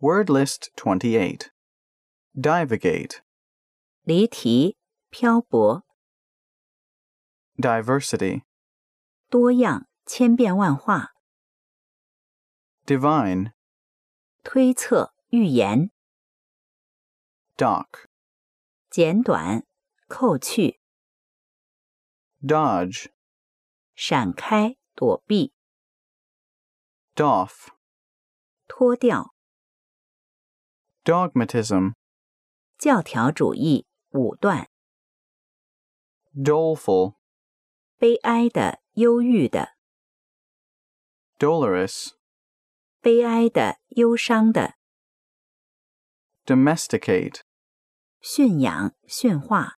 Word list 28. Divagate, 离题、漂泊、 diversity, 多样、千变万化、 divine, 推测、预言、 dock, 简短、扣去、 dodge, 闪开、躲避、 doff, 脱掉、 dogmatism, 教条主义、武断、 doleful, 悲哀的、忧郁的、 dolorous, 悲哀的、忧伤的、 domesticate, 驯养、驯化、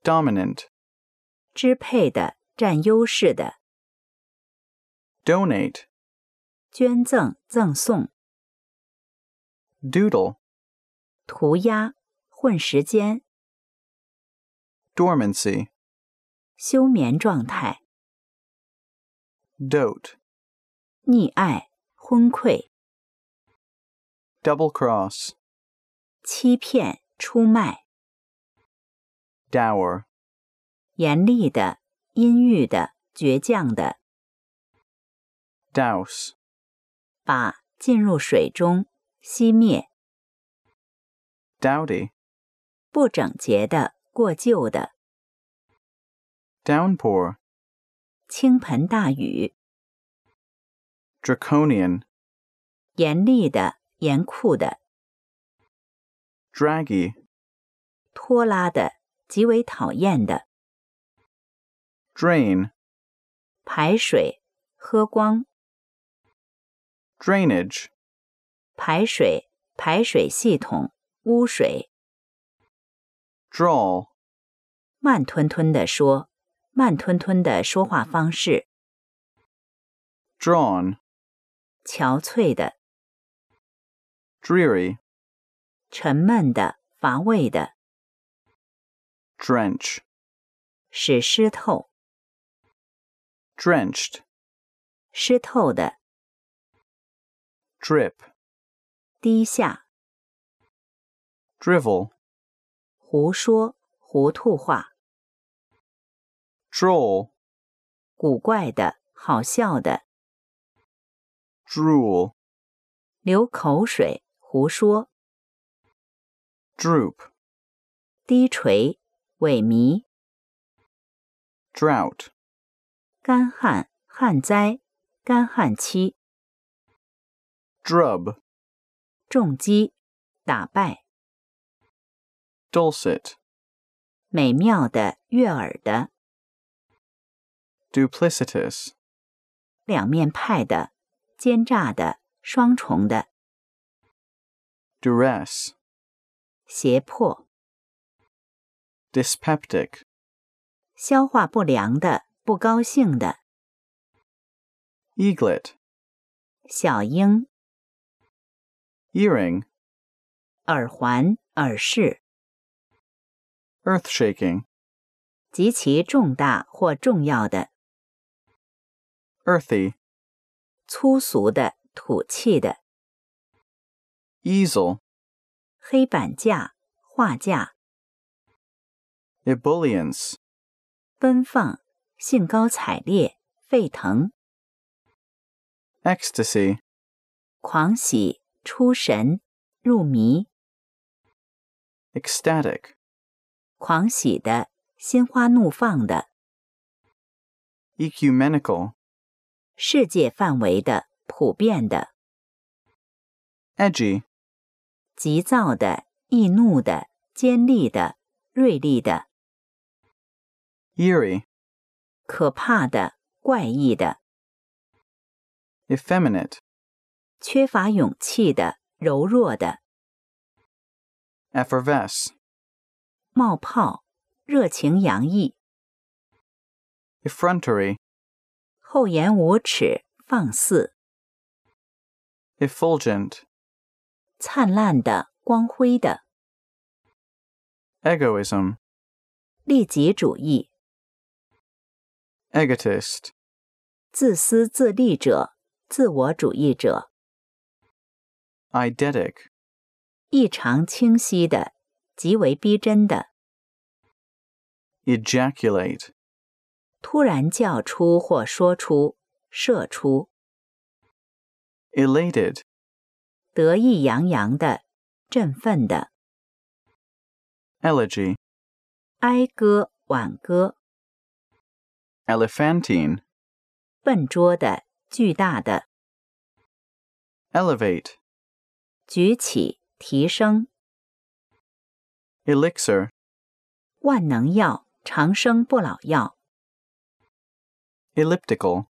dominant, 支配的、占优势的、 donate, 捐赠、赠送、 doodle, 涂鸦、混时间、 dormancy, 休眠状态、 dote, 溺爱、昏聩、 double cross, 欺骗、出卖。 dower, 严厉的、阴郁的、倔强的， douse, 把浸入水中，熄灭， dowdy, 不整洁的、过旧的， downpour, 倾盆大雨， draconian, 严厉的、严酷的、 draggy, 拖拉的、极为讨厌的， drain, 排水，喝光， drainage, 排水，排水系统，污水， drawl, 慢吞吞的说，慢吞吞的说话方式， drawn, 憔悴的、 dreary, 沉闷的、乏味的， drench, 使湿透， drenched, 湿透的。 drip, 低下、 drivel, 胡说、糊涂话、 droll, 古怪的、好笑的、 drool, 流口水、胡说、 droop, 低垂、萎靡、 drought, 干旱、旱灾、干旱期、 drub, 重击、打败、 dulcet, 美妙的、悦耳的、 duplicitous, 两面派的、奸诈的、双重的、 duress, 胁迫、 dyspeptic, 消化不良的、不高兴的、 eaglet, 小鹰、 earring, 耳环、耳饰， earth shaking, 极其重大或重要的。 earthy, 粗俗的、土气的、 easel, 黑板架、画架、 ebullience, 奔放、兴高采烈、沸腾、 ecstasy, 狂喜、出神、入迷、 ecstatic, 狂喜的、心花怒放的、 ecumenical, 世界范围的、普遍的、 edgy, 急躁的、易怒的、尖利的、锐利的、 eerie, 可怕的、怪异的、 effeminate, 缺乏勇气的、柔弱的、 effervesce, 冒泡、热情洋溢。 effrontery, 厚颜无耻、放肆、 effulgent, 灿烂的、光辉的、 egoism, 利己主义、 egotist, 自私自利者、自我主义者、 eidetic, 异常清晰的，极为逼真的， ejaculate, 突然叫出或说出、射出， elated, 得意洋洋的、振奋的， elegy, 哀歌、挽歌， elephantine, 笨拙的、巨大的， elevate, 举起、提升， elixir, 万能药、长生不老药， elliptical,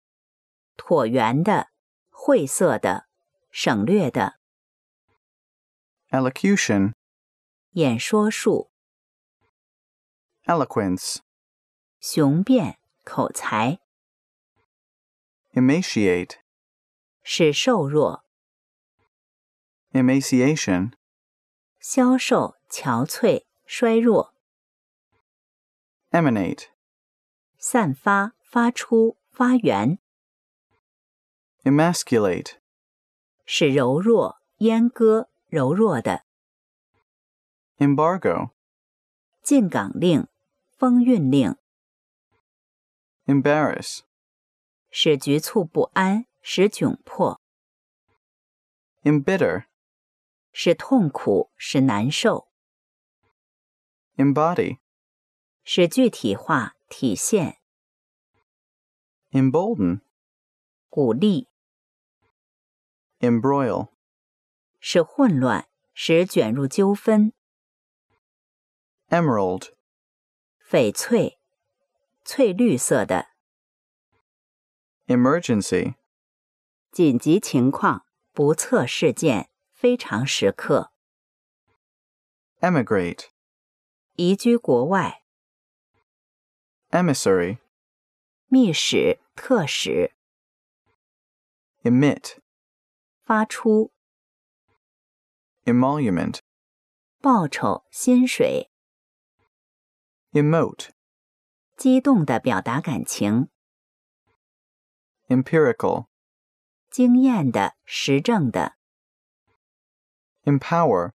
椭圆的、晦涩的、省略的， elocution, 演说术、 eloquence, 雄辩、口才， emaciate, 使瘦弱、 emaciation, 消瘦、憔悴、衰弱。 emanate, 散发、发出、发源， emasculate, 使柔弱、阉割、柔弱的 embargo, 进港令、封运令， embarrass, 使局促不安，使窘迫， embitter, 使痛苦，使难受， embody, 使具体化、体现、 embolden, 鼓励， embroil, 使混乱，使卷入纠纷， emerald, 翡翠，翠绿色的 emergency, 紧急情况、不测事件、非常时刻， emigrate, 移居国外。 emissary, 密使、特使 emit, 发出 emolument, 报酬、薪水， emote, 激动地表达感情， empirical, 经验的、实证的， empower,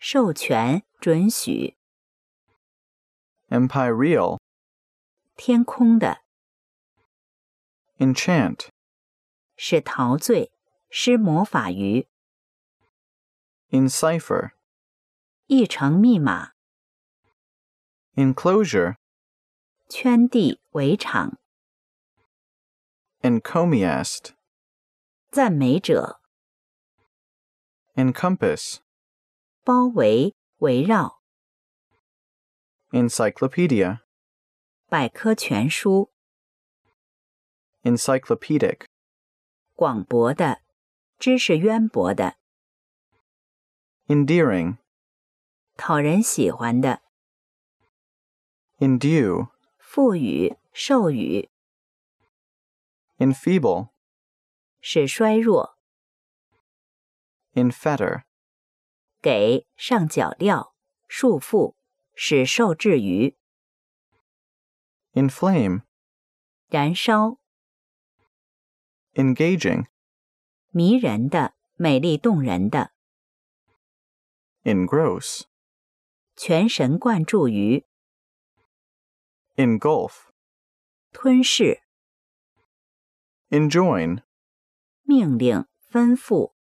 授权、准许， empyreal, 天空的， enchant, 是陶醉，施魔法于， encipher, 译成密码， enclosure, 圈地、围场， encomiast, 赞美者， encompass, 包围、围绕， encyclopedia, 百科全书， encyclopedic, 广博的，知识渊博的， endearing, 讨人喜欢的， endue, 赋予、授予， enfeeble, 使衰弱。 enfetter, 给上脚镣、束缚，使受制于、 inflame, 燃烧、 engaging, 迷人的、美丽动人的、 engross, 全神贯注于、 engulf, 吞噬、 enjoin, 命令、吩咐，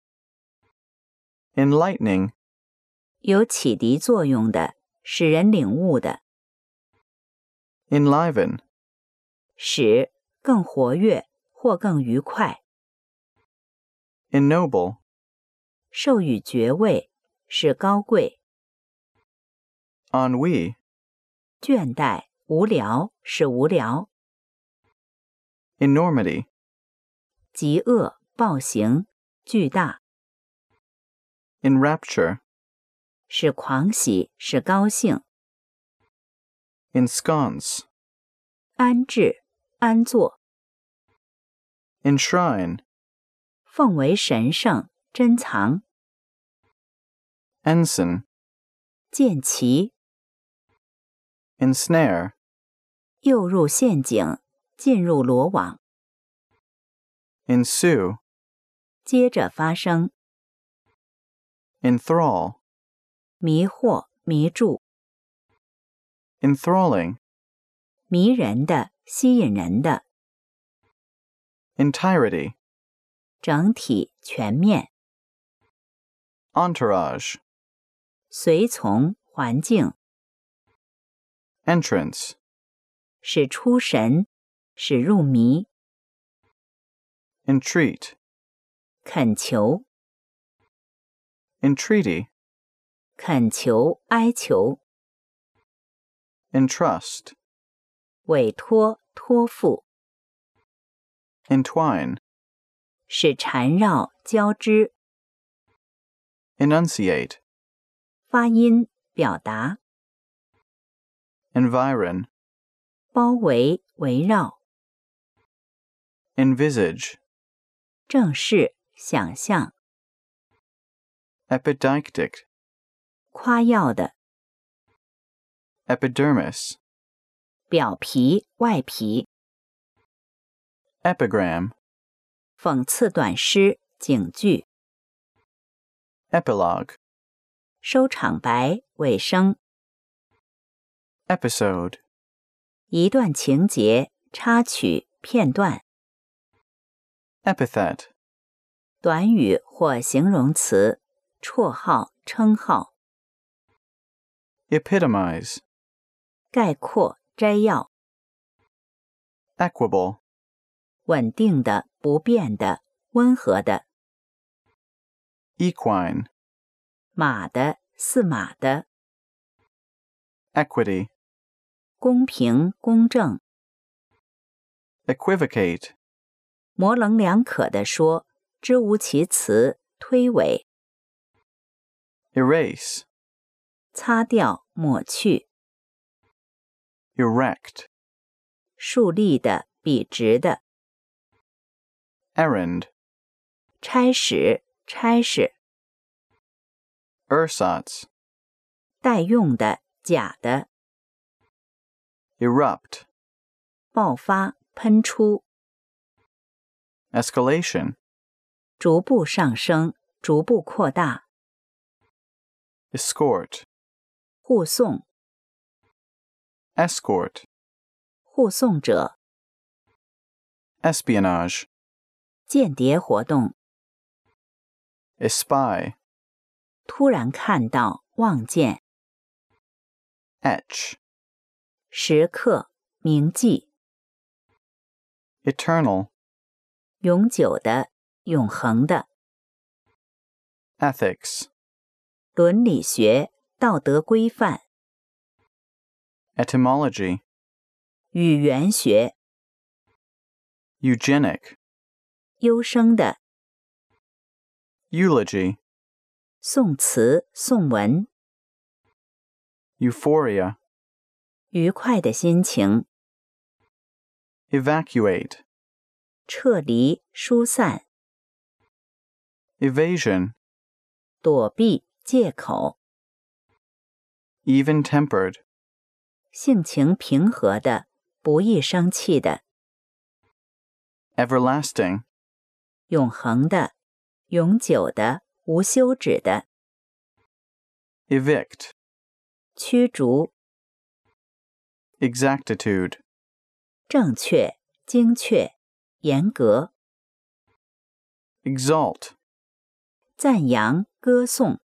enlightening, 有启迪作用的、使人领悟的， enliven, 使更活跃或更愉快， ennoble, 授予爵位，使高贵、 ennui, 倦怠、无聊，使无聊、 enormity, 极恶、暴行、巨大， enrapture, 使狂喜，使高兴。 ensconce, 安置、安坐， enshrine, 奉为神圣，珍藏、 ensign, 见其， ensnare, 诱入陷阱，进入罗网， ensue, 接着发生。 enthrall, 迷惑、迷住、 enthralling, 迷人的、吸引人的、 entirety, 整体、全面、 entourage, 随从、环境， entrance, 使出神，使入迷， entreat, 恳求、 entreaty, 恳求、哀求、 entrust, 委托、托付， entwine, 使缠绕、交织、 enunciate, 发音、表达、 environ, 包围、围绕、 envisage, 正视、想象、 epidictic, 夸耀的、 epidermis, 表皮、外皮、 epigram, 讽刺短诗、警句、 epilogue, 收场白、尾声。 episode, 一段情节、插曲、片段、 epithet, 短语或形容词、绰号、称号、 epitomize, 概括、摘要、 equable, 稳定的、不变的、温和的、 equine, 马的、四马的、 equity, 公平、公正、 equivocate, 模棱两可的说、支吾其词、推诿、 erase, 擦掉、抹去、 erect, 竖立的、笔直的、 errand, 差使、差使、 ersatz, 代用的、假的、 erupt, 爆发、喷出。 escalation, 逐步上升，逐步扩大， escort, 护送、 escort, 护送者、 espionage, 间谍活动， espy, 突然看到、望见， etch, 时刻铭记， eternal, 永久的、永恒的 ethics, 伦理学、道德规范、 etymology, 语言学、 eugenic, 优生的 eulogy, 宋词、宋文， euphoria, 愉快的心情， evacuate, 撤离、疏散、 evasion, 躲避、借口， even tempered, 性情平和的、不易生气的。 everlasting, 永恒的、永久的、无休止的、 evict, 驱逐、 exactitude, 正确、精确、严格、 exalt, 赞扬、歌颂、